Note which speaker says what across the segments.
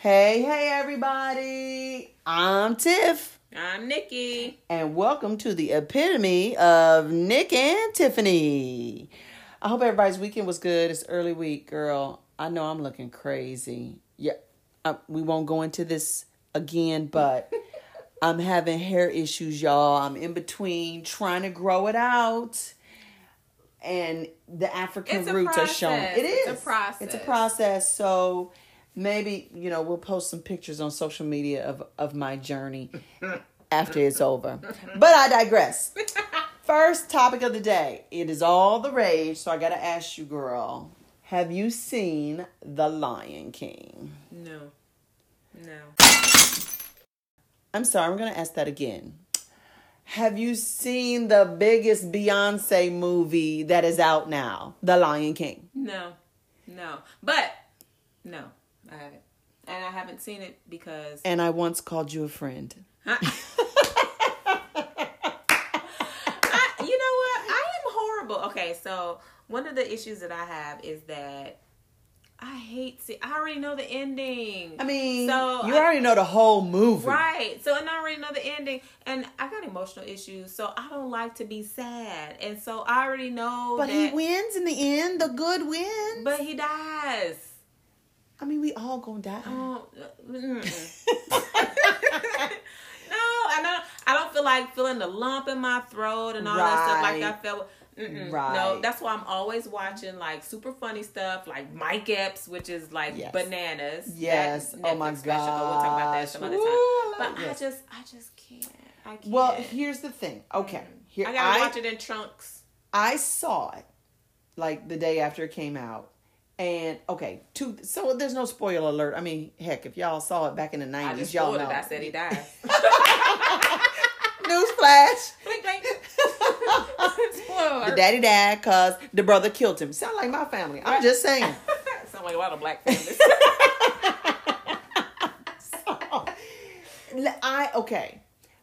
Speaker 1: Hey, hey, everybody. I'm Tiff.
Speaker 2: I'm Nikki.
Speaker 1: And welcome to the epitome of Nick and Tiffany. I hope everybody's weekend was good. It's early week, girl. I know I'm looking crazy. Yeah, I, we won't go into this again, but I'm having hair issues, y'all. I'm in between trying to grow it out. And the African
Speaker 2: It's a
Speaker 1: roots are showing.
Speaker 2: process.
Speaker 1: It is.
Speaker 2: It's a process.
Speaker 1: It's a process. So maybe, you know, we'll post some pictures on social media of, of my journey after it's over. But I digress. First topic of the day. It is all the rage, so I gotta ask you, girl. Have you seen The Lion King?
Speaker 2: No. No.
Speaker 1: I'm sorry, I'm gonna ask that again. Have you seen the biggest Beyonce movie that is out now? The Lion King.
Speaker 2: No. No. But no, I haven't. And I haven't seen it because
Speaker 1: And I once called you a friend.
Speaker 2: I, you know what? I am horrible. Okay, so one of the issues that I have is that I hate see I already know the ending.
Speaker 1: I mean,
Speaker 2: So,
Speaker 1: you
Speaker 2: I-
Speaker 1: already know the whole movie.
Speaker 2: Right. So and I already know the ending. And I got emotional issues, so I don't like to be sad. And so I already know
Speaker 1: But
Speaker 2: that
Speaker 1: he wins in the end. The good wins.
Speaker 2: But he dies.
Speaker 1: I mean, we all gonna die.
Speaker 2: Oh, mm. Oh. no, I don't. I don't feel like feeling the lump in my throat and all that stuff like I
Speaker 1: Right.
Speaker 2: felt. Mm-mm. No,
Speaker 1: Right.
Speaker 2: that's why I'm always watching like super funny stuff like Mike Epps, which is like
Speaker 1: Yes.
Speaker 2: bananas.
Speaker 1: Yes.
Speaker 2: That
Speaker 1: Oh my
Speaker 2: Netflix special, but We'll talk about that
Speaker 1: gosh.
Speaker 2: some other
Speaker 1: Ooh,
Speaker 2: time.
Speaker 1: I like-
Speaker 2: But
Speaker 1: yes.
Speaker 2: I just, I just can't. I can't.
Speaker 1: Well, here's the thing. Okay, here
Speaker 2: Mm. I gotta
Speaker 1: I
Speaker 2: watch it in trunks.
Speaker 1: I saw it like the day after it came out. And okay, two so there's no spoiler alert. I mean, heck, if y'all saw it back in the
Speaker 2: I
Speaker 1: nineties,
Speaker 2: just
Speaker 1: y'all
Speaker 2: spoiled it.
Speaker 1: know.
Speaker 2: I said he dies.
Speaker 1: Newsflash.
Speaker 2: Blink, blink. Spoiler.
Speaker 1: The daddy died cause the brother killed him. Sound like my family. I'm just saying.
Speaker 2: Sound like a lot of black families.
Speaker 1: L- I okay.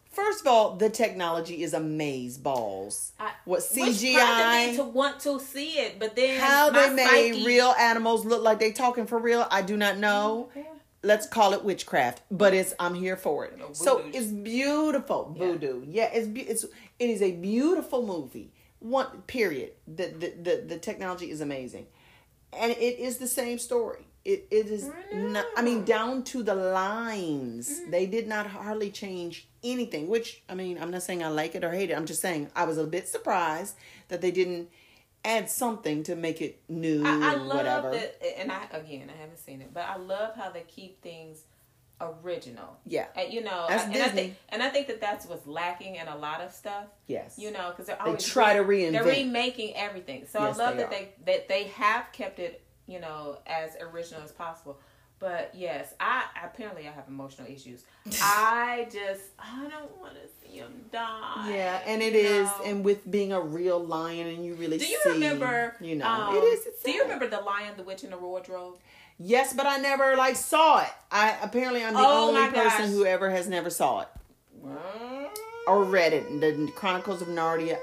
Speaker 1: First of all, the technology is amaze balls.
Speaker 2: I-
Speaker 1: What
Speaker 2: Which prompted me to
Speaker 1: CGI?
Speaker 2: want to see it, but then
Speaker 1: How
Speaker 2: my
Speaker 1: they made
Speaker 2: psyche-
Speaker 1: real animals look like they talking for real? I do not know.
Speaker 2: Yeah.
Speaker 1: let's call it witchcraft, but it's I'm here for it.
Speaker 2: No,
Speaker 1: so
Speaker 2: voodoo.
Speaker 1: it's beautiful
Speaker 2: Yeah.
Speaker 1: voodoo. Yeah, it's be- it's it is a beautiful movie. One period. The the the, the technology is amazing, and it is the same story. It it is
Speaker 2: I
Speaker 1: not. I mean, down to the lines,
Speaker 2: Mm.
Speaker 1: they did not hardly change anything. Which I mean, I'm not saying I like it or hate it. I'm just saying I was a bit surprised that they didn't add something to make it new.
Speaker 2: I, I
Speaker 1: and
Speaker 2: love
Speaker 1: whatever.
Speaker 2: that, and I again I haven't seen it, but I love how they keep things original.
Speaker 1: Yeah.
Speaker 2: And, you know,
Speaker 1: That's
Speaker 2: I, and I
Speaker 1: Disney.
Speaker 2: think and I think that that's what's lacking in a lot of stuff.
Speaker 1: Yes.
Speaker 2: You know, because they're
Speaker 1: They
Speaker 2: always
Speaker 1: try to
Speaker 2: they're
Speaker 1: reinvent.
Speaker 2: remaking everything. So
Speaker 1: Yes,
Speaker 2: I love
Speaker 1: they
Speaker 2: that
Speaker 1: are.
Speaker 2: they that they have kept it you know as original as possible. But yes, I apparently I have emotional issues. I just I don't want to see him die.
Speaker 1: Yeah, and it
Speaker 2: you
Speaker 1: is,
Speaker 2: know?
Speaker 1: and with being a real lion, and you really
Speaker 2: Do you
Speaker 1: see,
Speaker 2: remember?
Speaker 1: You know,
Speaker 2: um,
Speaker 1: it is. It's
Speaker 2: do you
Speaker 1: sad.
Speaker 2: remember the Lion, the Witch, and the Wardrobe?
Speaker 1: Yes, but I never like saw it. I apparently I'm the
Speaker 2: Oh,
Speaker 1: only
Speaker 2: my gosh.
Speaker 1: person who ever has never saw it or read it. The Chronicles of Narnia,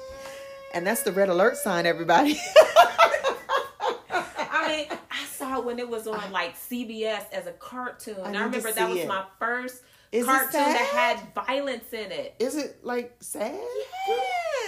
Speaker 1: and that's the red alert sign, everybody.
Speaker 2: I mean, I saw it when it was on like CBS as a cartoon.
Speaker 1: I
Speaker 2: and
Speaker 1: need
Speaker 2: I
Speaker 1: to
Speaker 2: remember that
Speaker 1: see
Speaker 2: was
Speaker 1: it.
Speaker 2: my first
Speaker 1: Is it
Speaker 2: cartoon that
Speaker 1: sad?
Speaker 2: had violence in it.
Speaker 1: is it like sad?
Speaker 2: Yes.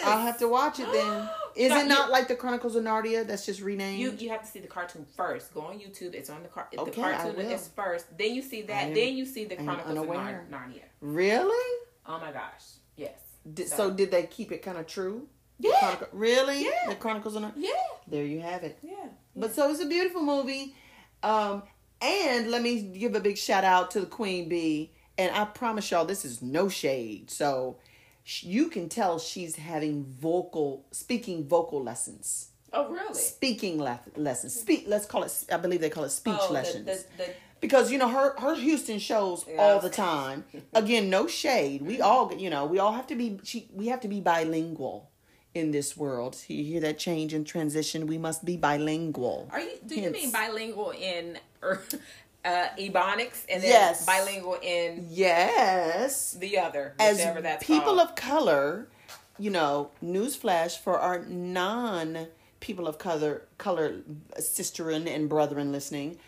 Speaker 1: I'll have to watch it then. Is
Speaker 2: Now,
Speaker 1: it
Speaker 2: you-
Speaker 1: not like the Chronicles of Narnia that's just renamed?
Speaker 2: You you have to see the cartoon first. Go on YouTube. It's on the car. The
Speaker 1: Okay, I
Speaker 2: cartoon
Speaker 1: will.
Speaker 2: is first. Then you see
Speaker 1: I
Speaker 2: that.
Speaker 1: am-
Speaker 2: then you see the
Speaker 1: I am
Speaker 2: Chronicles of
Speaker 1: unaware.
Speaker 2: Nar- Narnia.
Speaker 1: really?
Speaker 2: Oh my gosh. Yes.
Speaker 1: Did, so did they keep it kind of true? The
Speaker 2: Yeah.
Speaker 1: Chronicle- really?
Speaker 2: Yeah.
Speaker 1: The Chronicles of Narnia.
Speaker 2: Yeah.
Speaker 1: There you have it.
Speaker 2: Yeah.
Speaker 1: But so it's a beautiful movie. Um, and let me give a big shout out to the Queen Bee. And I promise y'all, this is no shade. So sh- you can tell she's having vocal, speaking vocal lessons,
Speaker 2: Oh really?
Speaker 1: speaking le- lessons. Speak. Let's call it. I believe they call it speech
Speaker 2: Oh, the-
Speaker 1: lessons
Speaker 2: the- the-
Speaker 1: because you know her her Houston shows
Speaker 2: Yeah.
Speaker 1: all the time. Again, no shade. We all you know we all have to be she, we have to be bilingual in this world. You hear that change and transition? We must be bilingual.
Speaker 2: Are you? Do you
Speaker 1: Hence.
Speaker 2: mean bilingual in er, uh, Ebonics and then
Speaker 1: Yes.
Speaker 2: bilingual in
Speaker 1: Yes,
Speaker 2: the other,
Speaker 1: as
Speaker 2: whichever that's
Speaker 1: people
Speaker 2: called?
Speaker 1: of color, you know, newsflash for our non people of color color sisterin and brethren listening.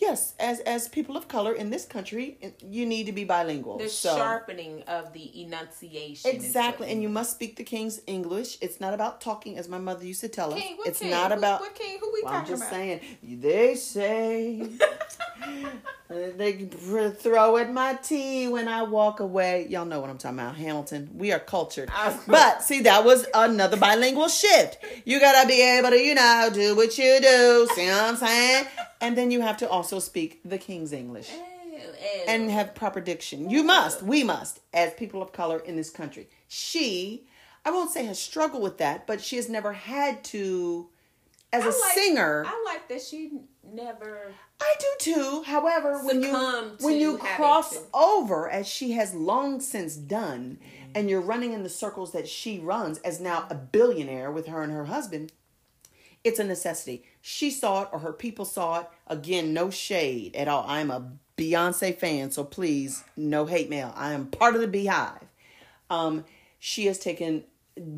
Speaker 1: Yes, as as people of color in this country, you need to be bilingual.
Speaker 2: The
Speaker 1: So-
Speaker 2: sharpening of the enunciation. is
Speaker 1: Exactly,
Speaker 2: certain.
Speaker 1: and you must speak the king's English. It's not about talking, as my mother used to tell us.
Speaker 2: King, what
Speaker 1: it's
Speaker 2: king?
Speaker 1: not
Speaker 2: Who-
Speaker 1: about.
Speaker 2: what king? Who we
Speaker 1: Well, I'm
Speaker 2: talking
Speaker 1: just
Speaker 2: about?
Speaker 1: saying. They say they throw at my tea when I walk away. Y'all know what I'm talking about. Hamilton. We are cultured.
Speaker 2: I-
Speaker 1: But see, that was another bilingual shift. You gotta be able to, you know, do what you do. See what I'm saying? And then you have to also speak the king's English and have proper diction. You must, we must, as people of color in this country. She, I won't say has struggled with that, but she has never had to, as a
Speaker 2: I like-
Speaker 1: singer. I,
Speaker 2: I like that she never.
Speaker 1: do too. However, when you
Speaker 2: Succumb
Speaker 1: when
Speaker 2: to
Speaker 1: you
Speaker 2: having
Speaker 1: cross
Speaker 2: to.
Speaker 1: over, as she has long since done, and you're running in the circles that she runs, as now a billionaire with her and her husband. It's a necessity. She saw it or her people saw it. Again, no shade at all. I'm a Beyonce fan, so please, no hate mail. I am part of the beehive. Um, she has taken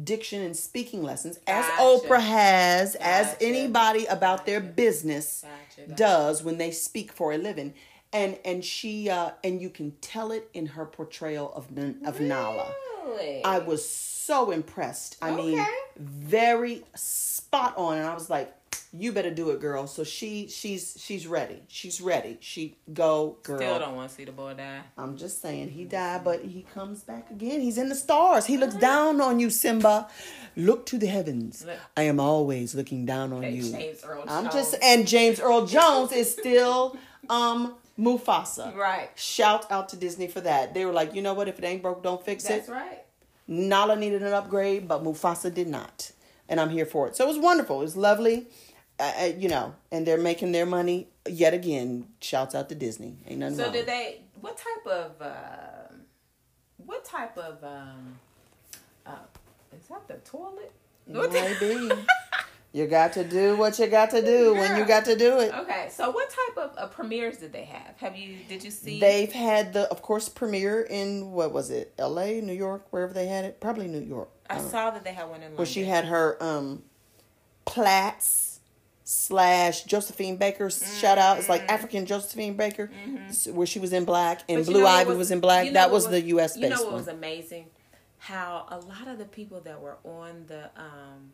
Speaker 1: diction and speaking lessons, as
Speaker 2: Gotcha.
Speaker 1: Oprah has, as
Speaker 2: Gotcha.
Speaker 1: anybody about their business
Speaker 2: Gotcha, gotcha.
Speaker 1: does when they speak for a living. And and she uh, and you can tell it in her portrayal of N- of Nala.
Speaker 2: Really?
Speaker 1: I was so impressed. I mean,
Speaker 2: Okay.
Speaker 1: very spot on, and I was like, "You better do it, girl." So she she's she's ready. She's ready. She go, girl.
Speaker 2: still don't want to see the boy die.
Speaker 1: I'm just saying, he died, but he comes back again. He's in the stars. He looks down on you, Simba. Look to the heavens.
Speaker 2: Look.
Speaker 1: I am always looking down on you.
Speaker 2: James Earl
Speaker 1: I'm
Speaker 2: Jones.
Speaker 1: just and James Earl Jones is still um Mufasa.
Speaker 2: Right.
Speaker 1: Shout out to Disney for that. They were like, you know what? If it ain't broke, don't fix it.
Speaker 2: That's right.
Speaker 1: Nala needed an upgrade, but Mufasa did not. And I'm here for it. So it was wonderful. It was lovely. Uh, uh, you know, and they're making their money yet again. Shouts out to Disney. Ain't nothing
Speaker 2: So
Speaker 1: wrong.
Speaker 2: did they? What type of? Um, what type of? Um, uh, is that the toilet? What ty-
Speaker 1: Maybe. you got to do what you got to do when you
Speaker 2: Girl.
Speaker 1: got to do it.
Speaker 2: okay. So what type of uh, premieres did they have? Have you? Did you see?
Speaker 1: They've had the, of course, premiere in what was it? L.A., New York, wherever they had it. Probably New York. I
Speaker 2: I
Speaker 1: don't know.
Speaker 2: saw that they had one in London.
Speaker 1: Where she had her um, Platts slash Josephine Baker
Speaker 2: Mm,
Speaker 1: shout out. It's like African Josephine Baker, s- where she was in black and
Speaker 2: mm-hmm. But you
Speaker 1: Blue
Speaker 2: know what
Speaker 1: Ivy was, in black.
Speaker 2: you know
Speaker 1: that
Speaker 2: what
Speaker 1: was, the U.S.
Speaker 2: You know
Speaker 1: based
Speaker 2: what
Speaker 1: one.
Speaker 2: was amazing? How a lot of the people that were on the um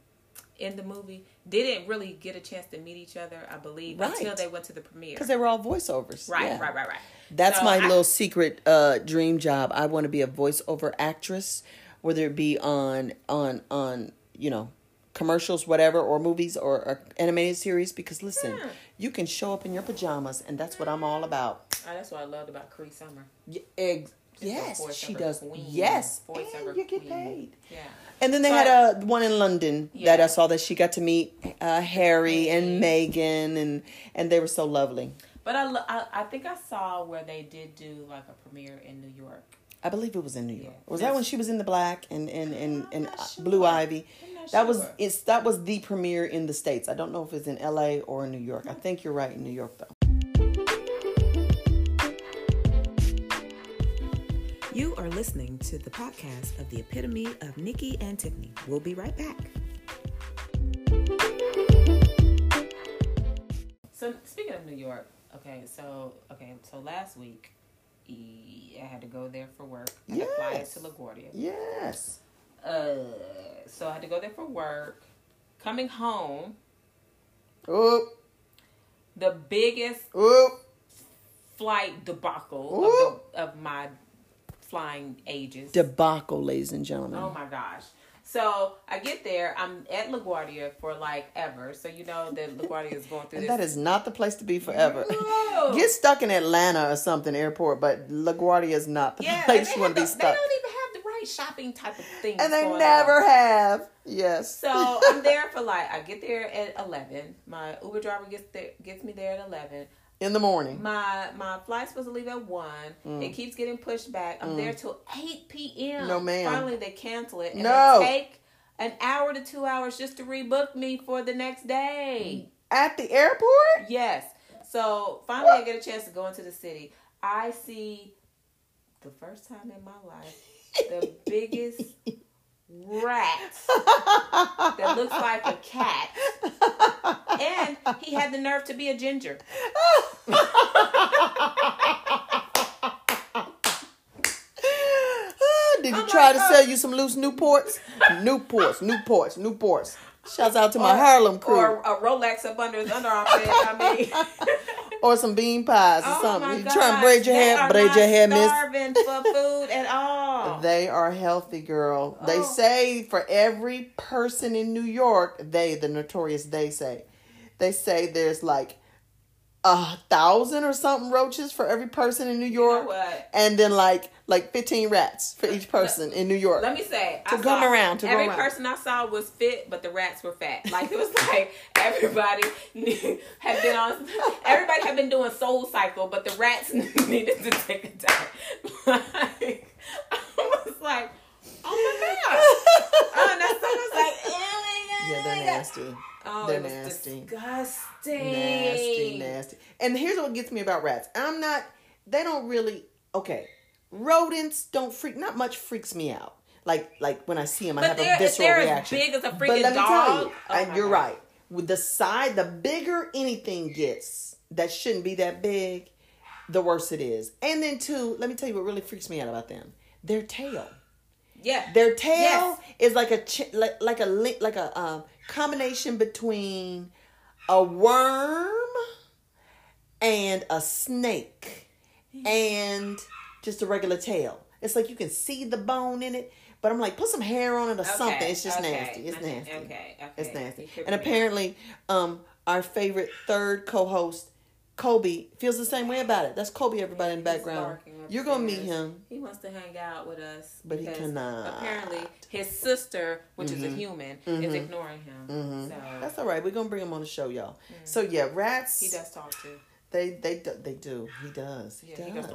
Speaker 2: in the movie didn't really get a chance to meet each other. I believe until
Speaker 1: Right.
Speaker 2: they went to the premiere.
Speaker 1: Because they were all voiceovers.
Speaker 2: Right,
Speaker 1: Yeah.
Speaker 2: right, right, right.
Speaker 1: That's
Speaker 2: So
Speaker 1: my
Speaker 2: I-
Speaker 1: little secret uh, dream job. I want to be a voiceover actress, whether it be on on on you know commercials, whatever, or movies or, or animated series. Because listen,
Speaker 2: Hmm.
Speaker 1: you can show up in your pajamas, and that's what I'm all about.
Speaker 2: Oh, that's what I loved about Cree Summer.
Speaker 1: Y- ex-
Speaker 2: She's a
Speaker 1: yes, she
Speaker 2: voiceover
Speaker 1: does.
Speaker 2: queen,
Speaker 1: Yes,
Speaker 2: voiceover
Speaker 1: and you get
Speaker 2: queen.
Speaker 1: paid.
Speaker 2: Yeah.
Speaker 1: And then they
Speaker 2: So-
Speaker 1: had a one in London that I
Speaker 2: Yeah.
Speaker 1: saw that she got to meet uh, Harry and Megan, and and they were so lovely.
Speaker 2: But I, lo- I I think I saw where they did do like a premiere in New York.
Speaker 1: I believe it was in New York.
Speaker 2: Yeah.
Speaker 1: Was that when she was in the black and and and, and uh,
Speaker 2: I'm not sure.
Speaker 1: Blue Ivy?
Speaker 2: I'm not
Speaker 1: That was
Speaker 2: sure.
Speaker 1: it's that was the premiere in the states. I don't know if it's in L.A. or in New York. I think you're right in New York though.
Speaker 3: You are listening to the podcast of the epitome of Nikki and Tiffany. We'll be right back.
Speaker 2: So speaking of New York, okay, so okay, so last week e- I had to go there for work. I had to fly
Speaker 1: Yes.
Speaker 2: to LaGuardia.
Speaker 1: Yes.
Speaker 2: Uh, so I had to go there for work. Coming home,
Speaker 1: Oop
Speaker 2: the biggest
Speaker 1: oop.
Speaker 2: flight debacle
Speaker 1: Ooh.
Speaker 2: of, the, of my flying ages.
Speaker 1: Debacle, ladies and gentlemen.
Speaker 2: oh my gosh. So I get there. I'm at LaGuardia for like ever. So you know that LaGuardia is going through
Speaker 1: and
Speaker 2: this.
Speaker 1: that is not the place to be forever.
Speaker 2: No.
Speaker 1: Get stuck in Atlanta or something airport, but LaGuardia is not the
Speaker 2: yeah, and
Speaker 1: place
Speaker 2: they
Speaker 1: you want to
Speaker 2: have
Speaker 1: be
Speaker 2: the-
Speaker 1: stuck.
Speaker 2: They don't even have the right shopping type of things.
Speaker 1: And they
Speaker 2: going
Speaker 1: never
Speaker 2: on.
Speaker 1: have. Yes.
Speaker 2: So I'm there for like I get there at eleven. My Uber driver gets there, gets me there at eleven.
Speaker 1: in the morning.
Speaker 2: My my flight's supposed to leave at one. It keeps getting pushed back. I'm there till eight p.m.
Speaker 1: Mm. No, ma'am.
Speaker 2: Finally, they cancel it. And
Speaker 1: No.
Speaker 2: They take an hour to two hours just to rebook me for the next day.
Speaker 1: At the airport?
Speaker 2: Yes. So finally, I get a chance to go into the city. I see the first time in my life the biggest rat that looks like a cat. And he had the nerve to be a ginger.
Speaker 1: Ah, Did he
Speaker 2: my
Speaker 1: try to
Speaker 2: God.
Speaker 1: sell you some loose Newports? Newports, Newports, Newports. Shouts out to my Harlem crew.
Speaker 2: Or
Speaker 1: Or,
Speaker 2: a Rolex up under his underarm. pad, I mean,
Speaker 1: some bean pies or
Speaker 2: oh my
Speaker 1: something. You
Speaker 2: God.
Speaker 1: try and braid your
Speaker 2: They
Speaker 1: hair,
Speaker 2: are
Speaker 1: braid
Speaker 2: not
Speaker 1: your hair, miss.
Speaker 2: starving for food at all.
Speaker 1: Oh. They are healthy, girl. They
Speaker 2: Oh.
Speaker 1: say for every person in New York, they, the notorious they say, they say there's like a thousand or something roaches for every person in New York.
Speaker 2: what?
Speaker 1: And then like like fifteen rats for each person in New York.
Speaker 2: Let me say,
Speaker 1: To
Speaker 2: I
Speaker 1: come
Speaker 2: saw-
Speaker 1: around, to go
Speaker 2: every
Speaker 1: around.
Speaker 2: person I saw was fit, but the rats were fat. Like it was like everybody knew, had been on, everybody had been doing Soul Cycle, but the rats needed to take a dive. Like I was like, oh my god! oh, and that's I was like, oh my god!
Speaker 1: yeah, they're nasty.
Speaker 2: Oh,
Speaker 1: They're
Speaker 2: it was
Speaker 1: nasty.
Speaker 2: Disgusting.
Speaker 1: Nasty, nasty. And here's what gets me about rats. I'm not they don't really okay. Rodents don't freak not much freaks me out. Like like when I see them I
Speaker 2: But
Speaker 1: have
Speaker 2: they're,
Speaker 1: a
Speaker 2: if
Speaker 1: visceral
Speaker 2: they're
Speaker 1: reaction.
Speaker 2: as big as a
Speaker 1: but
Speaker 2: freaking
Speaker 1: let me
Speaker 2: dog,
Speaker 1: tell you,
Speaker 2: Oh
Speaker 1: and
Speaker 2: my
Speaker 1: you're
Speaker 2: God.
Speaker 1: right. With the side, the bigger anything gets that shouldn't be that big, the worse it is. And then two, let me tell you what really freaks me out about them: their tail.
Speaker 2: Yeah,
Speaker 1: Their tail
Speaker 2: Yes.
Speaker 1: is like a ch- like like a li- like a um, combination between a worm and a snake and just a regular tail. It's like you can see the bone in it, but I'm like, put some hair on it or something. It's just
Speaker 2: okay,
Speaker 1: nasty. It's
Speaker 2: okay,
Speaker 1: nasty.
Speaker 2: okay, okay.
Speaker 1: It's nasty.
Speaker 2: You
Speaker 1: And
Speaker 2: tripping me out.
Speaker 1: apparently, um, our favorite third co-host, Kobe, feels the same way about it. That's Kobe, everybody in the
Speaker 2: He's
Speaker 1: background.
Speaker 2: barking
Speaker 1: You're gonna meet
Speaker 2: upstairs.
Speaker 1: him.
Speaker 2: He wants to hang out with us,
Speaker 1: But he
Speaker 2: because
Speaker 1: cannot. Mm-hmm.
Speaker 2: Apparently, his sister, which is a human, is ignoring him. So
Speaker 1: That's all right. We're gonna bring him on the show, y'all. So yeah, rats.
Speaker 2: he does talk to.
Speaker 1: They they do, they do. He does. He
Speaker 2: Yeah, he
Speaker 1: does.
Speaker 2: goes,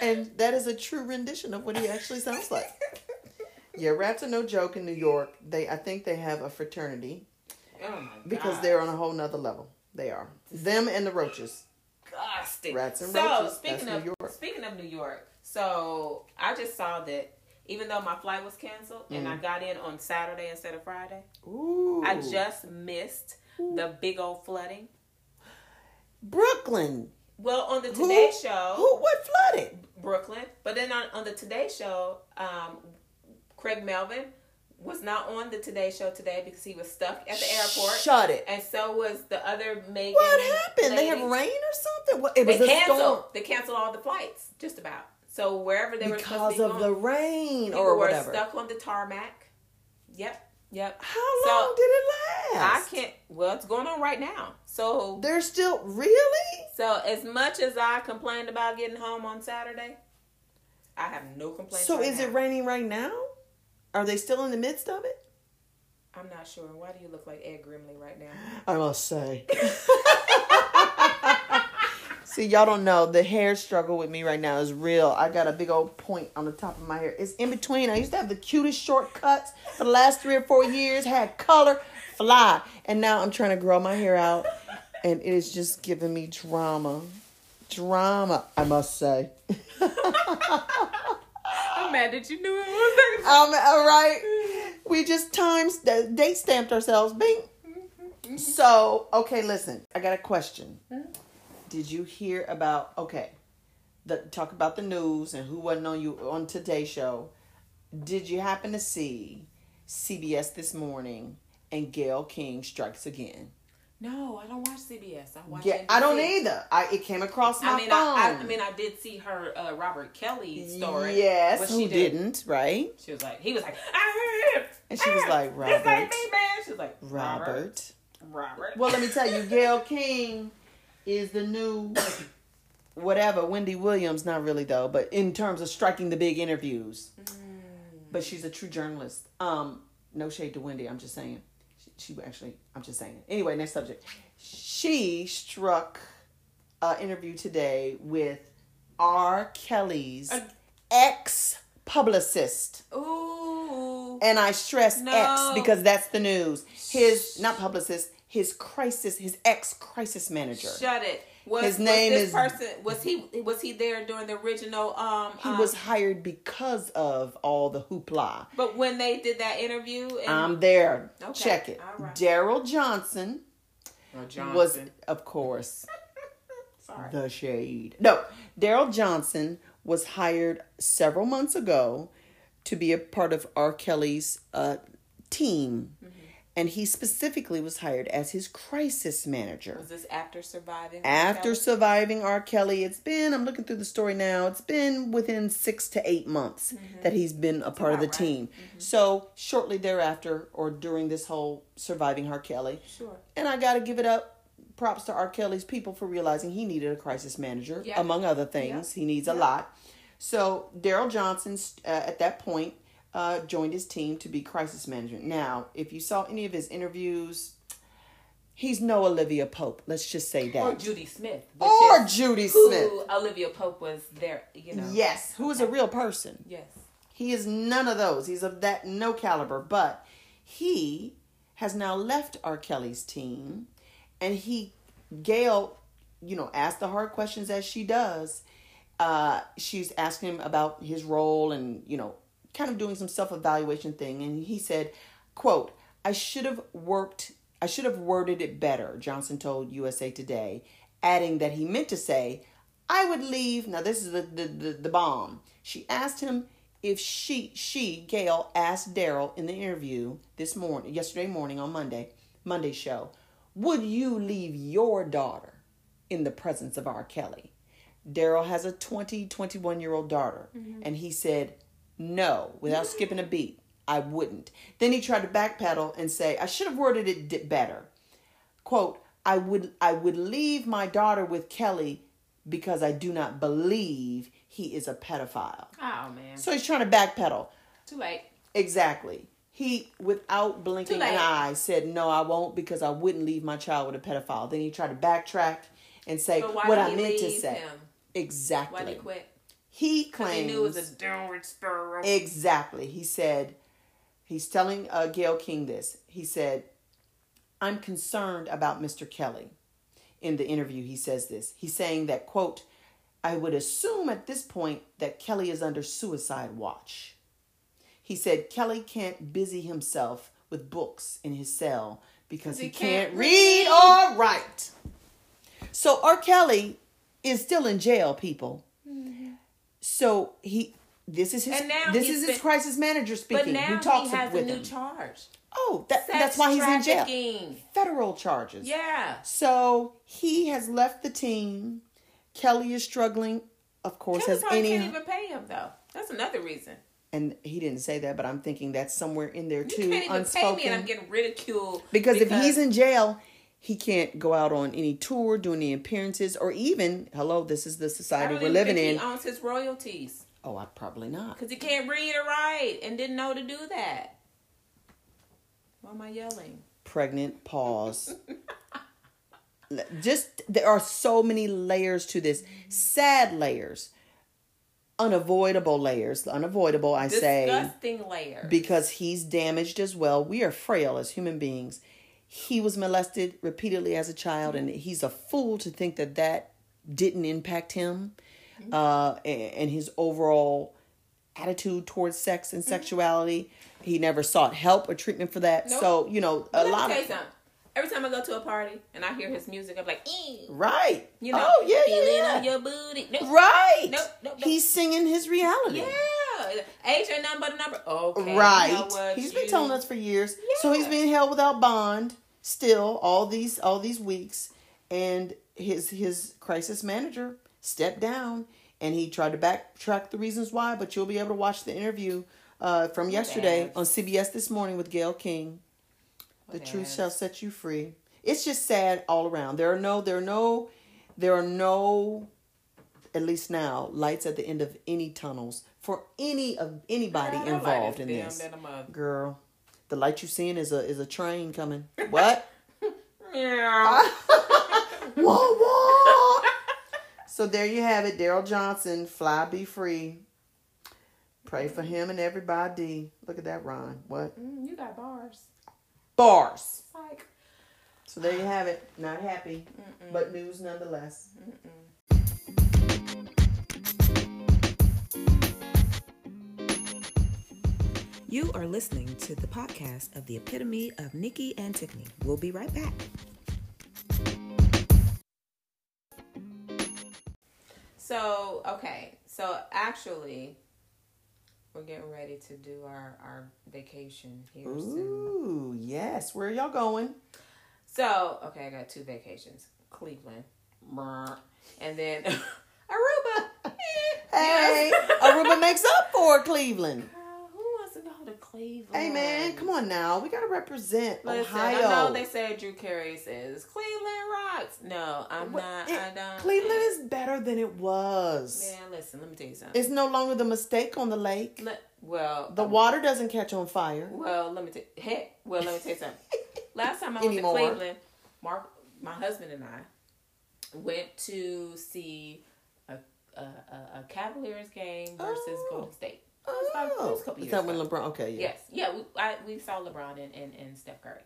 Speaker 1: and that is a true rendition of what he actually sounds like. yeah, rats are no joke in New York. They I think they have a fraternity
Speaker 2: Oh my god!
Speaker 1: because they're on a whole nother level. They are them and the roaches.
Speaker 2: disgusting.
Speaker 1: rats and
Speaker 2: so
Speaker 1: roaches.
Speaker 2: speaking
Speaker 1: That's
Speaker 2: of
Speaker 1: New York.
Speaker 2: speaking of New York, so I just saw that even though my flight was canceled and I got in on Saturday instead of Friday,
Speaker 1: Mm. Ooh,
Speaker 2: I just missed the big old flooding.
Speaker 1: Brooklyn.
Speaker 2: Well, on the
Speaker 1: Who-
Speaker 2: Today Show,
Speaker 1: Who what flooded?
Speaker 2: Brooklyn. But then on, on the Today Show, um, Craig Melvin was not on the Today Show today because he was stuck at the airport.
Speaker 1: Shut it.
Speaker 2: And so was the other Megan.
Speaker 1: What happened? They have
Speaker 2: lady.
Speaker 1: rain or something? What, it
Speaker 2: They
Speaker 1: was a
Speaker 2: canceled.
Speaker 1: storm
Speaker 2: They canceled all the flights, just about. So wherever they were
Speaker 1: because
Speaker 2: supposed to be
Speaker 1: of
Speaker 2: going,
Speaker 1: the rain
Speaker 2: people
Speaker 1: or
Speaker 2: were
Speaker 1: whatever.
Speaker 2: stuck on the tarmac. Yep, yep.
Speaker 1: How
Speaker 2: So,
Speaker 1: long did it
Speaker 2: I
Speaker 1: last?
Speaker 2: can't. Well, it's going on right now. So,
Speaker 1: They're still really.
Speaker 2: so as much as I complained about getting home on Saturday, I have no complaints.
Speaker 1: So
Speaker 2: right
Speaker 1: is
Speaker 2: now.
Speaker 1: it raining right now? Are they still in the midst of it?
Speaker 2: I'm not sure. Why do you look like Ed Grimley right now?
Speaker 1: I must say. See, y'all don't know the hair struggle with me right now is real. I got a big old point on the top of my hair. It's in between. I used to have the cutest shortcuts for the last three or four years. Had color, fly, and now I'm trying to grow my hair out, and it is just giving me drama, drama. I must say.
Speaker 2: I'm mad that you knew it was
Speaker 1: Um, all right. We just times uh, date stamped ourselves. Bing. So, okay, listen. I got a question. Did you hear about okay, the talk about the news and who wasn't on you on today's show? Did you happen to see CBS this morning and Gail King strikes again?
Speaker 2: No, I don't watch CBS. I watch.
Speaker 1: Yeah, I don't
Speaker 2: NBC.
Speaker 1: either. I it came across my
Speaker 2: I mean,
Speaker 1: phone.
Speaker 2: I, I, I mean, I did see her uh, Robert Kelly story.
Speaker 1: yes,
Speaker 2: but
Speaker 1: who
Speaker 2: she
Speaker 1: didn't, right?
Speaker 2: She was like, he was like, "Ah,
Speaker 1: And she was
Speaker 2: ah,
Speaker 1: like,
Speaker 2: this ain't
Speaker 1: Robert.
Speaker 2: me, man." She was like, Robert,
Speaker 1: Robert.
Speaker 2: Robert.
Speaker 1: Well, let me tell you, Gail King is the new whatever. Wendy Williams, not really though, but in terms of striking the big interviews, but she's a true journalist. Um, no shade to Wendy. I'm just saying. She, she actually, I'm just saying. Anyway, next subject. She struck an interview today with R. Kelly's
Speaker 2: Uh,
Speaker 1: ex publicist
Speaker 2: Ooh,
Speaker 1: and I stress
Speaker 2: No.
Speaker 1: X because that's the news. His not publicist, his crisis, his ex crisis manager.
Speaker 2: shut it. Was,
Speaker 1: His name
Speaker 2: was
Speaker 1: is-
Speaker 2: this person. Was he was he there during the original? Um,
Speaker 1: He
Speaker 2: um,
Speaker 1: was hired because of all the hoopla.
Speaker 2: But when they did that interview, and,
Speaker 1: I'm there.
Speaker 2: Mm-hmm. Okay,
Speaker 1: Check it.
Speaker 2: all right.
Speaker 1: Daryl Johnson,
Speaker 4: Or Johnson.
Speaker 1: was, of course,
Speaker 2: Oh, sorry,
Speaker 1: the shade. No, Daryl Johnson was hired several months ago to be a part of R. Kelly's uh, team.
Speaker 2: Mm-hmm.
Speaker 1: And he specifically was hired as his crisis manager.
Speaker 2: was this after surviving?
Speaker 1: after
Speaker 2: That
Speaker 1: surviving R. Kelly, it's been, I'm looking through the story now, it's been within six to eight months
Speaker 2: Mm-hmm.
Speaker 1: that he's been a part of the
Speaker 2: about right. Mm-hmm.
Speaker 1: team. So, shortly thereafter, or during this whole surviving R. Kelly,
Speaker 2: was- sure.
Speaker 1: and I gotta give it up. Props to R. Kelly's people for realizing he needed a crisis manager,
Speaker 2: Yeah.
Speaker 1: among other things. He needs a lot. So Daryl Johnson, st- uh, at that point, uh, joined his team to be crisis management. Now, if you saw any of his interviews, he's no Olivia Pope. Let's just say that.
Speaker 2: Or Judy Smith. which
Speaker 1: Or
Speaker 2: is
Speaker 1: Judy
Speaker 2: who
Speaker 1: Smith.
Speaker 2: Olivia Pope was there. You know.
Speaker 1: Yes, who is a real person.
Speaker 2: Yes.
Speaker 1: He is none of those. He's of that no caliber. But he has now left R. Kelly's team, and he, Gail, you know, asked the hard questions as she does. Uh, she's asking him about his role and you know, kind of doing some self evaluation thing, and he said, "quote I should have worked. I should have worded it better." Johnson told USA Today, adding that he meant to say, I would leave. Now this is the the, the, the bomb. She asked him if she she Gail asked Daryl in the interview this morning, yesterday morning on Monday, Monday show, would you leave your daughter in the presence of R. Kelly? Daryl has a 20, 21 year old daughter, and he said no without skipping a beat. I wouldn't. Then he tried to backpedal and say I should have worded it di- better quote i would i would leave my daughter with kelly because i do not believe he is a pedophile
Speaker 2: Oh man.
Speaker 1: so he's trying to backpedal
Speaker 2: Too late.
Speaker 1: exactly he without blinking
Speaker 2: Too late.
Speaker 1: an eye said no i won't because i wouldn't leave my child with a pedophile then he tried to backtrack and say
Speaker 2: But why
Speaker 1: what
Speaker 2: did
Speaker 1: i
Speaker 2: he
Speaker 1: meant to
Speaker 2: leave
Speaker 1: say
Speaker 2: him?
Speaker 1: exactly
Speaker 2: Why did he quit?
Speaker 1: he
Speaker 2: Because he
Speaker 1: claims
Speaker 2: knew it was a downward spiral.
Speaker 1: Exactly. He said, he's telling uh, Gail King this. He said, I'm concerned about Mr. Kelly. In the interview, he says this. He's saying that, quote, I would assume at this point that Kelly is under suicide watch. He said, Kelly can't busy himself with books in his cell because he, can't, read or write. So R. Kelly is still in jail, people. So he, this is his,
Speaker 2: Mm-hmm. And now
Speaker 1: this
Speaker 2: he's
Speaker 1: is his
Speaker 2: been-
Speaker 1: crisis manager
Speaker 2: But
Speaker 1: speaking.
Speaker 2: now
Speaker 1: Who talks
Speaker 2: he has a
Speaker 1: with
Speaker 2: new
Speaker 1: him?
Speaker 2: charge.
Speaker 1: oh, that,
Speaker 2: Sex
Speaker 1: that's why he's in jail.
Speaker 2: trafficking.
Speaker 1: Federal charges.
Speaker 2: Yeah.
Speaker 1: So he has left the team. Kelly is struggling, of course,
Speaker 2: Kelly
Speaker 1: as
Speaker 2: probably
Speaker 1: any,
Speaker 2: can't even pay him though. That's another reason.
Speaker 1: and he didn't say that, but I'm thinking that's somewhere in there
Speaker 2: You
Speaker 1: too,
Speaker 2: can't even
Speaker 1: unspoken.
Speaker 2: pay me, and I'm getting ridiculed
Speaker 1: because, if he's in jail, he can't go out on any tour, do any appearances, or even hello, this is the
Speaker 2: I
Speaker 1: society
Speaker 2: don't
Speaker 1: we're
Speaker 2: even
Speaker 1: living
Speaker 2: think
Speaker 1: in.
Speaker 2: He owns his royalties
Speaker 1: oh, I probably not.
Speaker 2: because he can't read or write and didn't know to do that. Why am I yelling?
Speaker 1: pregnant pause L- just there are so many layers to this sad layers unavoidable layers unavoidable i say
Speaker 2: Disgusting layer.
Speaker 1: because he's damaged as well we are frail as human beings he was molested repeatedly as a child and he's a fool to think that that didn't impact him
Speaker 2: Mm-hmm.
Speaker 1: uh, a- and his overall attitude towards sex
Speaker 2: Mm-hmm.
Speaker 1: and sexuality he never sought help or treatment for that
Speaker 2: Nope.
Speaker 1: so you know a
Speaker 2: Let me
Speaker 1: lot of
Speaker 2: tell you something. Every time I go to a party and I hear his music, I'm like, ew.
Speaker 1: Right.
Speaker 2: You know,
Speaker 1: oh yeah,
Speaker 2: feeling
Speaker 1: yeah,
Speaker 2: on
Speaker 1: yeah.
Speaker 2: your booty. No,
Speaker 1: Right.
Speaker 2: Nope, nope, nope.
Speaker 1: He's singing his reality.
Speaker 2: Yeah. Age ain't nothing but a number. Okay.
Speaker 1: Right.
Speaker 2: you know what,
Speaker 1: he's been
Speaker 2: you-
Speaker 1: telling us for years. So he's
Speaker 2: Yeah.
Speaker 1: being held without bond still all these all these weeks and his his crisis manager stepped down and he tried to backtrack the reasons why, but you'll be able to watch the interview uh, from yesterday
Speaker 2: ass.
Speaker 1: on CBS this morning with Gail King. The truth
Speaker 2: ass.
Speaker 1: shall set you free. It's just sad all around. There are no there are no there are no at least now lights at the end of any tunnels for any of anybody
Speaker 2: Girl, nobody
Speaker 1: involved in
Speaker 2: damn
Speaker 1: this
Speaker 2: that I'm a-
Speaker 1: girl the light you seeing is a is a train coming what
Speaker 2: Meow.
Speaker 1: whoa, whoa. so there you have it daryl johnson fly be free pray for him and everybody look at that ron what
Speaker 2: Mm, you got bars.
Speaker 1: bars
Speaker 2: It's like,
Speaker 1: So there you have it. Not happy, but news nonetheless.
Speaker 3: You are listening to the podcast of the epitome of Nikki and Tiffany. We'll be right back.
Speaker 2: So okay, so actually, we're getting ready to do our our vacation here soon.
Speaker 1: Ooh, yes. Where y'all going?
Speaker 2: So okay, I got two vacations: Cleveland, and then Aruba. Eh,
Speaker 1: Hey,
Speaker 2: yes.
Speaker 1: Aruba makes up for Cleveland.
Speaker 2: Girl, who wants to go to Cleveland?
Speaker 1: Hey man, come on now. We gotta represent
Speaker 2: Listen,
Speaker 1: Ohio.
Speaker 2: I know they say Drew Carey says Cleveland rocks. No, I'm
Speaker 1: What-
Speaker 2: not. I
Speaker 1: it-
Speaker 2: don't.
Speaker 1: Cleveland is better than it was.
Speaker 2: Man, listen. Let me tell you something.
Speaker 1: It's no longer the mistake on the lake.
Speaker 2: Le- well, um,
Speaker 1: The water doesn't catch on fire.
Speaker 2: Well, let me tell heck. Well, let me tell you something. Last time I
Speaker 1: Anymore.
Speaker 2: went to Cleveland, Mark, my husband and I went to see a a, a, a Cavaliers game versus
Speaker 1: Oh.
Speaker 2: Golden State. was about- it was a couple
Speaker 1: Is
Speaker 2: years
Speaker 1: that when
Speaker 2: ago.
Speaker 1: LeBron? Okay, yeah.
Speaker 2: Yes, yeah, we I, we saw LeBron and, and and Steph Curry.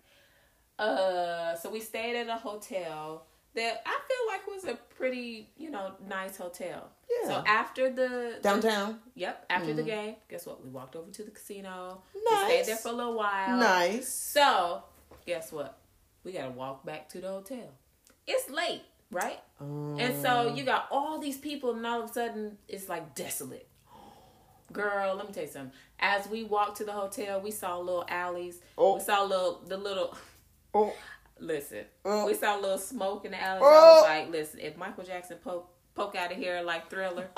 Speaker 2: Uh, so we stayed at a hotel that I feel like was a pretty you know nice hotel.
Speaker 1: Yeah.
Speaker 2: So after the the-
Speaker 1: Downtown. Mm-hmm.
Speaker 2: Yep. After the game, guess what? We walked over to the casino. We
Speaker 1: Nice.
Speaker 2: stayed there for a little while.
Speaker 1: Nice.
Speaker 2: So, guess what? We gotta walk back to the hotel. It's late, right?
Speaker 1: Um,
Speaker 2: And so you got all these people, and all of a sudden it's like desolate. Girl, let me tell you something. As we walked to the hotel, we saw little alleys.
Speaker 1: Oh.
Speaker 2: We saw little the little.
Speaker 1: Oh,
Speaker 2: Listen,
Speaker 1: Oh.
Speaker 2: we saw a little smoke in the alley.
Speaker 1: Oh.
Speaker 2: I was like, listen, if Michael Jackson poke poke out of here like Thriller,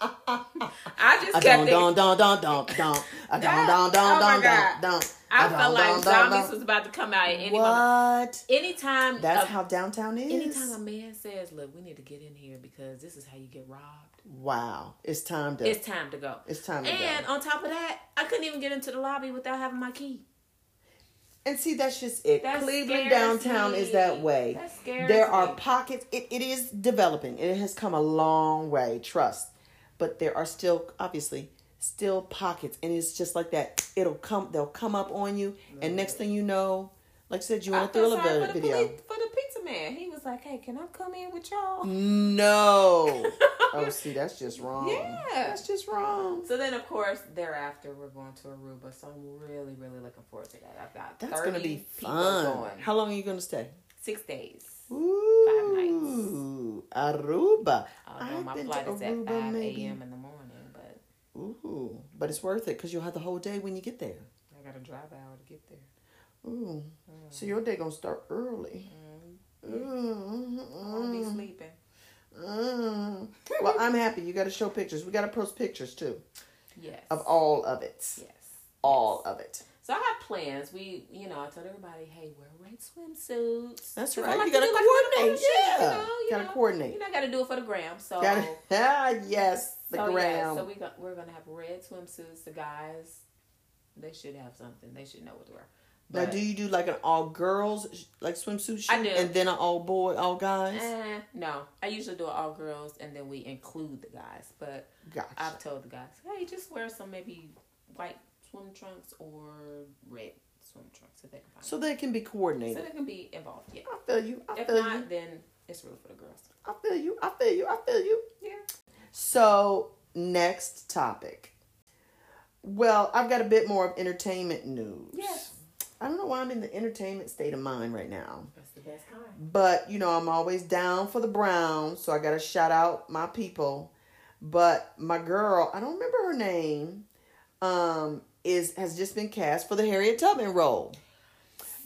Speaker 2: I just
Speaker 1: a
Speaker 2: kept
Speaker 1: don
Speaker 2: thinking,
Speaker 1: don don don don don a don don don
Speaker 2: Oh my
Speaker 1: don
Speaker 2: God.
Speaker 1: don don.
Speaker 2: I
Speaker 1: A don,
Speaker 2: felt like
Speaker 1: don, don,
Speaker 2: zombies
Speaker 1: don.
Speaker 2: was about to come out at any moment.
Speaker 1: What?
Speaker 2: Anytime,
Speaker 1: That's
Speaker 2: a-
Speaker 1: how downtown is.
Speaker 2: anytime a man says, "Look, we need to get in here because this is how you get robbed,"
Speaker 1: Wow, it's time to.
Speaker 2: it's time to go.
Speaker 1: It's time to go.
Speaker 2: And on top of that, I couldn't even get into the lobby without having my key.
Speaker 1: And see, that's just it.
Speaker 2: That
Speaker 1: Cleveland
Speaker 2: scares
Speaker 1: downtown
Speaker 2: me.
Speaker 1: is that way.
Speaker 2: That scares
Speaker 1: there are
Speaker 2: me.
Speaker 1: pockets. It, it is developing. It has come a long way. Trust, but there are still obviously still pockets, and it's just like that. It'll come. They'll come up on you, and next thing you know, like I said, you
Speaker 2: I
Speaker 1: want a
Speaker 2: feel
Speaker 1: thriller
Speaker 2: sorry
Speaker 1: vi-
Speaker 2: for the,
Speaker 1: video.
Speaker 2: police, for the pizza man. He was like, "Hey, can I come in with y'all?"
Speaker 1: No. oh, see, that's just wrong.
Speaker 2: Yeah.
Speaker 1: that's just wrong.
Speaker 2: So then, of course, thereafter we're going to Aruba. So I'm really, really looking forward to that. I've got
Speaker 1: That's
Speaker 2: 30
Speaker 1: gonna be
Speaker 2: people
Speaker 1: fun.
Speaker 2: going.
Speaker 1: How long are you gonna stay?
Speaker 2: Six days.
Speaker 1: Ooh, Aruba.
Speaker 2: Although my
Speaker 1: been to
Speaker 2: flight is at
Speaker 1: Aruba
Speaker 2: five
Speaker 1: maybe-
Speaker 2: a.m. in the morning, but
Speaker 1: Ooh, but it's worth it because you'll have the whole day when you get there.
Speaker 2: I got to drive an hour to get there.
Speaker 1: Ooh,
Speaker 2: Mm.
Speaker 1: so your day gonna start early.
Speaker 2: I'm gonna Mm-hmm. be
Speaker 1: Mm,
Speaker 2: sleeping.
Speaker 1: mm. Well, I'm happy. You got to show pictures. We got to post pictures too
Speaker 2: Yes.
Speaker 1: of all of it,
Speaker 2: Yes.
Speaker 1: all of it.
Speaker 2: So I have plans. We, you know, I told everybody, hey, wear red swimsuits.
Speaker 1: That's
Speaker 2: 'Cause I
Speaker 1: right.
Speaker 2: like
Speaker 1: You
Speaker 2: to
Speaker 1: gotta
Speaker 2: do, like, a little
Speaker 1: coordinate.
Speaker 2: photo shoot,
Speaker 1: Yeah.
Speaker 2: You know, you
Speaker 1: Gotta
Speaker 2: know.
Speaker 1: coordinate.
Speaker 2: You know, I got to do it for the gram. So.
Speaker 1: Got it? Ah, yes, the
Speaker 2: so, Oh, Yeah,
Speaker 1: ground.
Speaker 2: so we got, we're gonna have red swimsuits. The guys, they should have something. They should know what to wear.
Speaker 1: now, do you do like an all girls sh- like swimsuit shoot,
Speaker 2: I do.
Speaker 1: and then an all boy, all guys?
Speaker 2: Eh, no, I usually do it all girls, and then we include the guys. But
Speaker 1: Gotcha.
Speaker 2: I've told the guys, hey, just wear some maybe white swim trunks or red swim trunks if they can find.
Speaker 1: so they can be
Speaker 2: them. so
Speaker 1: coordinated.
Speaker 2: they can be involved. Yeah.
Speaker 1: I feel you. I
Speaker 2: If
Speaker 1: feel
Speaker 2: not,
Speaker 1: you.
Speaker 2: then it's really for the girls.
Speaker 1: I feel you. I feel you. I feel you.
Speaker 2: Yeah.
Speaker 1: So, next topic. Well, I've got a bit more of entertainment news.
Speaker 2: Yes.
Speaker 1: I don't know why I'm in the entertainment state of mind right now,
Speaker 2: That's the best time.
Speaker 1: but you know, I'm always down for the Browns, so I got to shout out my people. But my girl, I don't remember her name, um, is has just been cast for the Harriet Tubman role.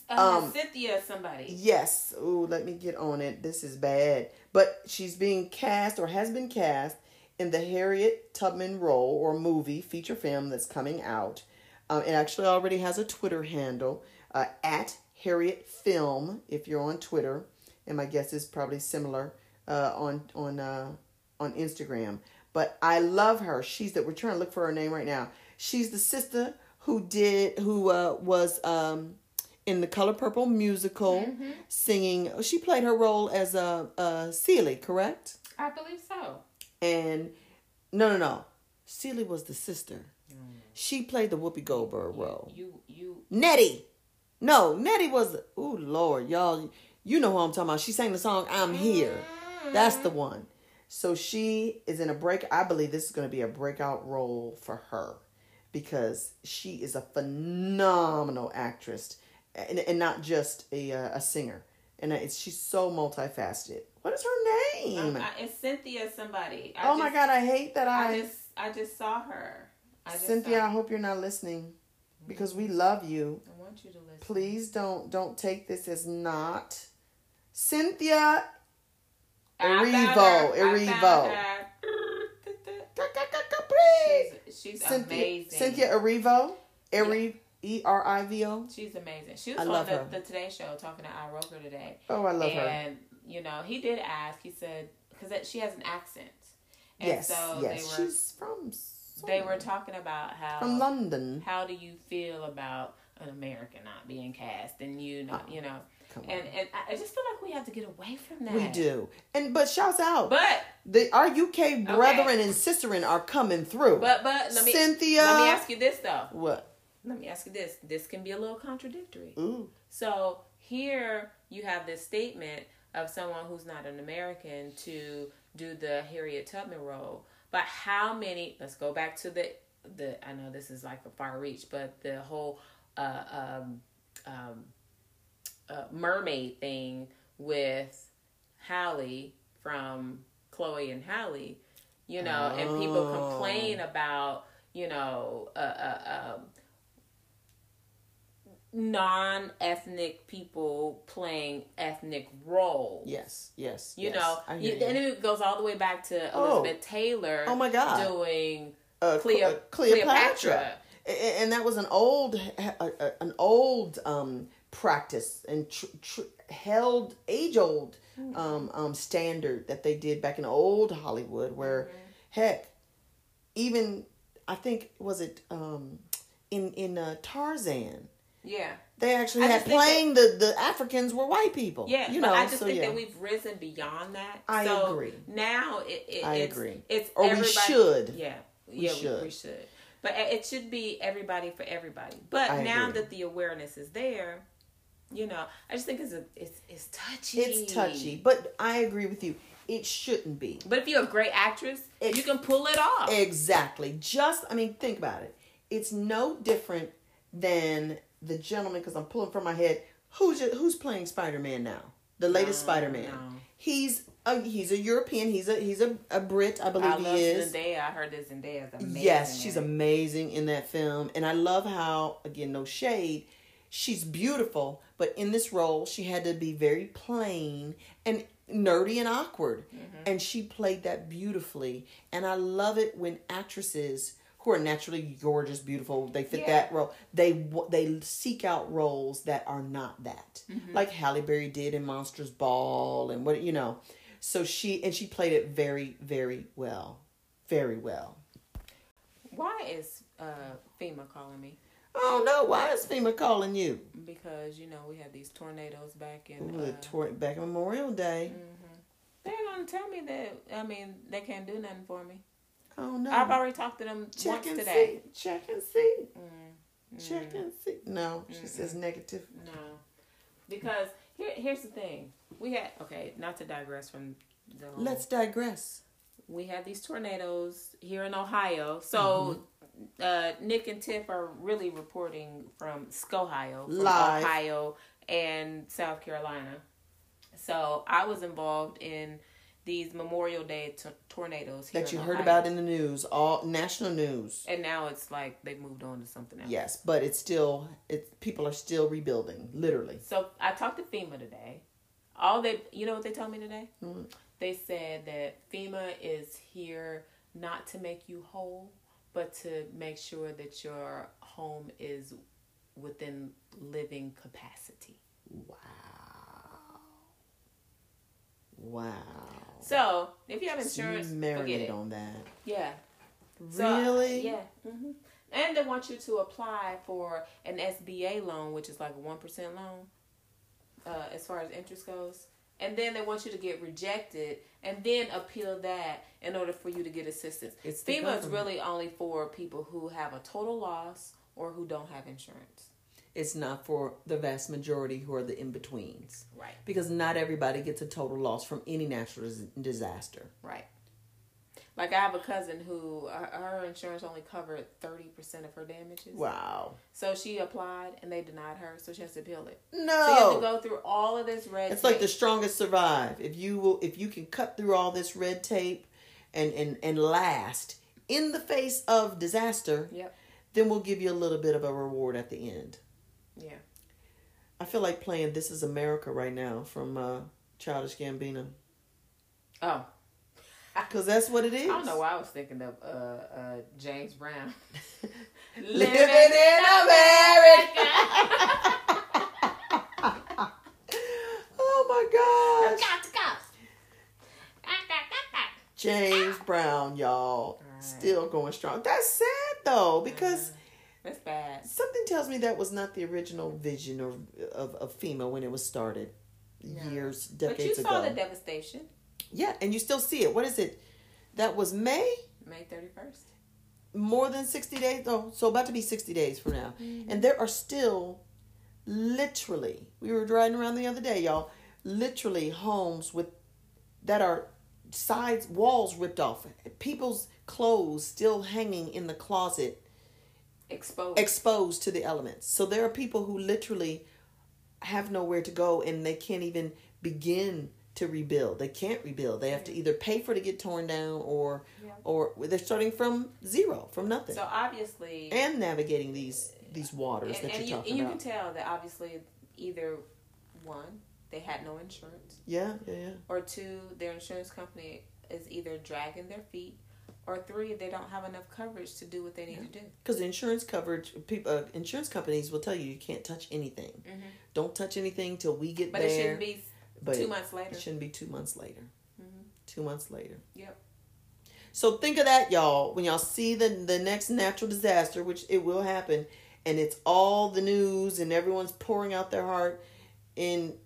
Speaker 1: Um,
Speaker 2: Uh, Cynthia, somebody.
Speaker 1: Yes. Ooh, let me get on it. This is bad. But she's being cast or has been cast in the Harriet Tubman role or movie feature film that's coming out. Um, it actually already has a Twitter handle uh, at Harriet Film if you're on Twitter, and my guess is probably similar uh, on on uh, on Instagram. But I love her. She's that we're trying to look for her name right now. She's the sister who did who uh, was um, in the Color Purple musical,
Speaker 2: Mm-hmm.
Speaker 1: singing. She played her role as a, a Celie, correct?
Speaker 2: I believe so.
Speaker 1: And no, no, no. Celie was the sister. She played the Whoopi Goldberg role.
Speaker 2: You, you,
Speaker 1: Nettie. No, Nettie was. Ooh, Lord, y'all, you know who I'm talking about. She sang the song "I'm Here." That's the
Speaker 2: Mm-hmm.
Speaker 1: one. So she is in a break. I believe this is going to be a breakout role for her because she is a phenomenal actress and, and not just a uh, a singer. And it's, she's so multifaceted. What is her name?
Speaker 2: I, it's Cynthia somebody. I
Speaker 1: oh my
Speaker 2: just-
Speaker 1: God, I hate that I,
Speaker 2: I just I just saw her. I just
Speaker 1: Cynthia.
Speaker 2: saw-
Speaker 1: I hope you're not listening because we love you.
Speaker 2: I want you to listen.
Speaker 1: Please don't don't take this as not Cynthia.
Speaker 2: I found
Speaker 1: Erivo,
Speaker 2: her. I found
Speaker 1: Erivo.
Speaker 2: her. She's, she's
Speaker 1: Cynthia,
Speaker 2: amazing.
Speaker 1: Cynthia Erivo, Eri E R I V O.
Speaker 2: She's amazing. She
Speaker 1: I
Speaker 2: was on
Speaker 1: love
Speaker 2: the,
Speaker 1: her.
Speaker 2: the Today Show talking to Al Roker today.
Speaker 1: Oh, I love her.
Speaker 2: and you know he did ask he said because she has an accent and
Speaker 1: Yes,
Speaker 2: so
Speaker 1: yes,
Speaker 2: they were
Speaker 1: she's from.
Speaker 2: they
Speaker 1: somewhere.
Speaker 2: were talking about how
Speaker 1: from London.
Speaker 2: how do you feel about an american not being cast and you know you know
Speaker 1: Come on.
Speaker 2: and and i I just feel like we have to get away from that
Speaker 1: we do, and but shouts out,
Speaker 2: but
Speaker 1: the our UK brethren and sisterin are coming through.
Speaker 2: but but let me
Speaker 1: Cynthia,
Speaker 2: let me ask you this though
Speaker 1: what?
Speaker 2: let me ask you this this can be a little contradictory
Speaker 1: Ooh,
Speaker 2: So here you have this statement of someone who's not an American to do the Harriet Tubman role. But how many? Let's go back to the the. I know this is like a far reach, but the whole uh, um, um, uh, mermaid thing with Hallie from Chloe and Hallie, you know, and people
Speaker 1: Oh.
Speaker 2: complain about you know uh, uh, um, non-ethnic people playing ethnic roles.
Speaker 1: yes, yes,
Speaker 2: You
Speaker 1: yes.
Speaker 2: know,
Speaker 1: I
Speaker 2: you,
Speaker 1: hear
Speaker 2: and
Speaker 1: you.
Speaker 2: it goes all the way back to
Speaker 1: Oh.
Speaker 2: Elizabeth Taylor.
Speaker 1: Oh, my God.
Speaker 2: doing
Speaker 1: Uh, Cle-
Speaker 2: Cleo-
Speaker 1: uh, Cleopatra. A- a- and that was an old a- a- an old um practice and tr- tr- held age old
Speaker 2: Mm-hmm.
Speaker 1: um um standard that they did back in old Hollywood where
Speaker 2: Mm-hmm.
Speaker 1: heck even I think was it um in in uh, Tarzan
Speaker 2: yeah,
Speaker 1: they actually
Speaker 2: I
Speaker 1: had
Speaker 2: just think
Speaker 1: playing the the Africans were white people
Speaker 2: yeah.
Speaker 1: Oh, you
Speaker 2: but
Speaker 1: know
Speaker 2: I just
Speaker 1: so
Speaker 2: think
Speaker 1: yeah
Speaker 2: that we've risen beyond that.
Speaker 1: I
Speaker 2: so
Speaker 1: agree.
Speaker 2: Now it, it
Speaker 1: I
Speaker 2: it's,
Speaker 1: agree.
Speaker 2: It's
Speaker 1: Or we
Speaker 2: everybody,
Speaker 1: should.
Speaker 2: Yeah, yeah, we-
Speaker 1: should.
Speaker 2: We, should. But it it should be everybody for everybody. But
Speaker 1: I
Speaker 2: now
Speaker 1: agree.
Speaker 2: that the awareness is there, you know, I just think it's a, it's it's touchy.
Speaker 1: it's touchy but I agree with you it shouldn't be
Speaker 2: But if you're a great actress,
Speaker 1: It-
Speaker 2: you can pull it off.
Speaker 1: Exactly. Just, I mean, think about it. It's no different than the gentleman, because I'm pulling from my head. Who's your, who's playing Spider Man now? The latest Spider Man.
Speaker 2: no.
Speaker 1: He's a he's a European. He's a he's a, a Brit, I believe
Speaker 2: I love
Speaker 1: he is.
Speaker 2: Zendaya. I heard that Zendaya is amazing.
Speaker 1: Yes, she's amazing in that film, and I love how again, no shade. She's beautiful, but in this role, she had to be very plain and nerdy and awkward. And she played that beautifully. And I love it when actresses who are naturally gorgeous, beautiful, they fit
Speaker 2: Yeah.
Speaker 1: that role. They w- they seek out roles that are not that. Like Halle Berry did in Monsters Ball and what you know. So she and she played it very very well. Very well.
Speaker 2: Why is uh, FEMA calling me?
Speaker 1: Oh no! Why is FEMA calling you?
Speaker 2: Because you know we had these tornadoes back in.
Speaker 1: Ooh,
Speaker 2: Uh, mm-hmm.
Speaker 1: the tor- back on Memorial Day.
Speaker 2: they're gonna tell me that. I mean, they can't do nothing for me.
Speaker 1: Oh no!
Speaker 2: Mm-hmm. I've already talked to them
Speaker 1: check
Speaker 2: once
Speaker 1: and
Speaker 2: today.
Speaker 1: see. Check and see.
Speaker 2: Mm,
Speaker 1: Check and see. No,
Speaker 2: Mm-hmm.
Speaker 1: she says negative.
Speaker 2: No, because here, here's the thing. We had okay. Not to digress from the. whole-
Speaker 1: Let's digress.
Speaker 2: we had these tornadoes here in Ohio. So
Speaker 1: Mm-hmm.
Speaker 2: uh, Nick and Tiff are really reporting from Skohio, from
Speaker 1: Live.
Speaker 2: Ohio and South Carolina. So I was involved in these Memorial Day t- tornadoes here
Speaker 1: That you
Speaker 2: in
Speaker 1: heard
Speaker 2: Ohio.
Speaker 1: about in the news, all national news.
Speaker 2: and now it's like they've moved on to something else.
Speaker 1: Yes, but it's still it's people are still rebuilding, literally.
Speaker 2: So I talked to FEMA today. All they, you know what they told me today?
Speaker 1: What?
Speaker 2: They said that FEMA is here not to make you whole, but to make sure that your home is within living capacity.
Speaker 1: Wow. Wow.
Speaker 2: So if you have
Speaker 1: You
Speaker 2: insurance, forget
Speaker 1: marinate
Speaker 2: it.
Speaker 1: on that.
Speaker 2: Yeah. So,
Speaker 1: Really?
Speaker 2: yeah. hmm And they want you to apply for an SBA loan, which is like a one percent loan, uh, as far as interest goes. And then they want you to get rejected, and then appeal that in order for you to get assistance.
Speaker 1: It's the
Speaker 2: FEMA is
Speaker 1: government.
Speaker 2: really only for people who have a total loss or who don't have insurance.
Speaker 1: It's not for the vast majority who are the in betweens.
Speaker 2: Right.
Speaker 1: Because not everybody gets a total loss from any natural dis- disaster.
Speaker 2: Right. Like I have a cousin who uh, her insurance only covered thirty percent of her damages.
Speaker 1: Wow.
Speaker 2: So she applied and they denied her, so she has to appeal it.
Speaker 1: No.
Speaker 2: So you have to go through all of this red.
Speaker 1: It's like the
Speaker 2: tape.
Speaker 1: strongest survive. If you will, if you can cut through all this red tape, and and and last in the face of disaster,
Speaker 2: Yep.
Speaker 1: then we'll give you a little bit of a reward at the end.
Speaker 2: Yeah.
Speaker 1: I feel like playing "This Is America" right now from uh, Childish Gambino
Speaker 2: Oh,
Speaker 1: because that's what it is.
Speaker 2: I don't know why I was thinking of uh, uh, James Brown.
Speaker 1: Living in America. oh my gosh, James Brown, y'all,
Speaker 2: Right. Uh-huh.
Speaker 1: still going strong. That's sad though because.
Speaker 2: That's bad.
Speaker 1: Something tells me that was not the original vision or of, of FEMA when it was started
Speaker 2: No.
Speaker 1: years,
Speaker 2: But you
Speaker 1: decades
Speaker 2: saw
Speaker 1: ago.
Speaker 2: the devastation.
Speaker 1: yeah, and you still see it. What is it? That was May?
Speaker 2: May thirty first.
Speaker 1: More than 60 days? Oh, so about to be 60 days from now.
Speaker 2: Mm-hmm.
Speaker 1: And there are still literally, we were driving around the other day, y'all, literally homes with that are sides, walls ripped off, people's clothes still hanging in the closet
Speaker 2: Exposed.
Speaker 1: exposed to the elements. So there are people who literally have nowhere to go and they can't even begin to rebuild. They can't rebuild. They have to either pay for it to get torn down or
Speaker 2: Yeah.
Speaker 1: or they're starting from zero, from nothing.
Speaker 2: so obviously,
Speaker 1: and navigating these these waters
Speaker 2: and,
Speaker 1: that
Speaker 2: and
Speaker 1: you're
Speaker 2: you,
Speaker 1: talking
Speaker 2: and you can
Speaker 1: about.
Speaker 2: tell that obviously either one they had no insurance
Speaker 1: yeah, yeah, yeah.
Speaker 2: or two their insurance company is either dragging their feet or three they don't have enough coverage to do what they need to do
Speaker 1: Because insurance coverage, people, uh, insurance companies will tell you you can't touch anything.
Speaker 2: Mhm.
Speaker 1: Don't touch anything till we get
Speaker 2: but
Speaker 1: there.
Speaker 2: it shouldn't be
Speaker 1: but
Speaker 2: two months later
Speaker 1: It shouldn't be two months later.
Speaker 2: Mhm.
Speaker 1: Two months later.
Speaker 2: Yep.
Speaker 1: So think of that, y'all. When y'all see the the next natural disaster, which it will happen, and it's all the news and everyone's pouring out their heart in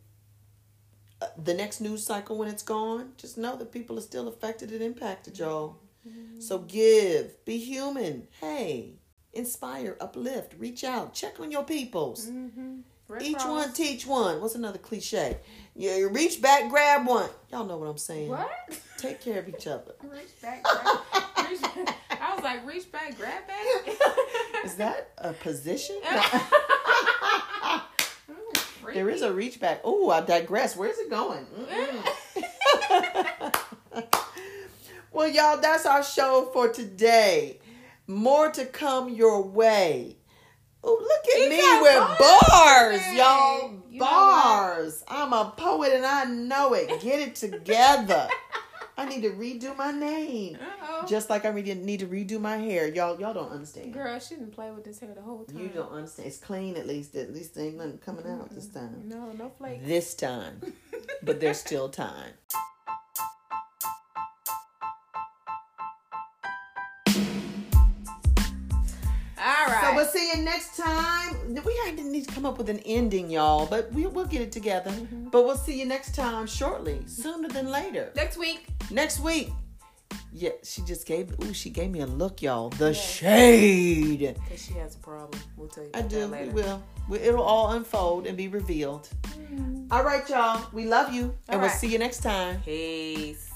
Speaker 1: uh, the next news cycle when it's gone, just know that people are still affected and impacted,
Speaker 2: Mm-hmm.
Speaker 1: y'all. So give, be human. Hey, inspire, uplift, reach out, check on your peoples.
Speaker 2: Mm-hmm. Red
Speaker 1: Each
Speaker 2: Cross.
Speaker 1: one teach one. What's another cliche? You reach back, grab one. Y'all know what I'm saying.
Speaker 2: what
Speaker 1: Take care of each other.
Speaker 2: reach back grab, reach back. i was like reach back grab back
Speaker 1: Is that a position?
Speaker 2: Ooh,
Speaker 1: there is a reach back. Oh, I digress. Where's it going? Mm-hmm. Mm-mm. well, y'all, that's our show for today. More to come your way. Oh, look at
Speaker 2: You
Speaker 1: me
Speaker 2: got
Speaker 1: with
Speaker 2: bars
Speaker 1: bars,
Speaker 2: today.
Speaker 1: y'all.
Speaker 2: You know
Speaker 1: bars. I'm a poet and I know it. Get it together. I need to redo my name.
Speaker 2: uh-oh
Speaker 1: Just like I really need to redo my hair. Y'all, y'all don't understand.
Speaker 2: girl I shouldn't play with this hair the whole time
Speaker 1: You don't understand. It's clean at least. At least they ain't nothing coming out this time.
Speaker 2: no no flake
Speaker 1: This time. But there's still time.
Speaker 2: all right
Speaker 1: So we'll see you next time. We had to need to come up with an ending, y'all, but we, we'll get it together.
Speaker 2: Mm-hmm.
Speaker 1: But we'll see you next time shortly, sooner than later.
Speaker 2: next week
Speaker 1: Next week. Yeah, she just gave. Ooh, she gave me a look, y'all. The shade.
Speaker 2: Cause she has a problem. We'll tell you
Speaker 1: I
Speaker 2: about
Speaker 1: do.
Speaker 2: that
Speaker 1: We
Speaker 2: later.
Speaker 1: will. We, it'll all unfold and be revealed. All right, y'all. We love you, and
Speaker 2: Mm-hmm. All
Speaker 1: we'll
Speaker 2: right.
Speaker 1: see you next time.
Speaker 2: Peace.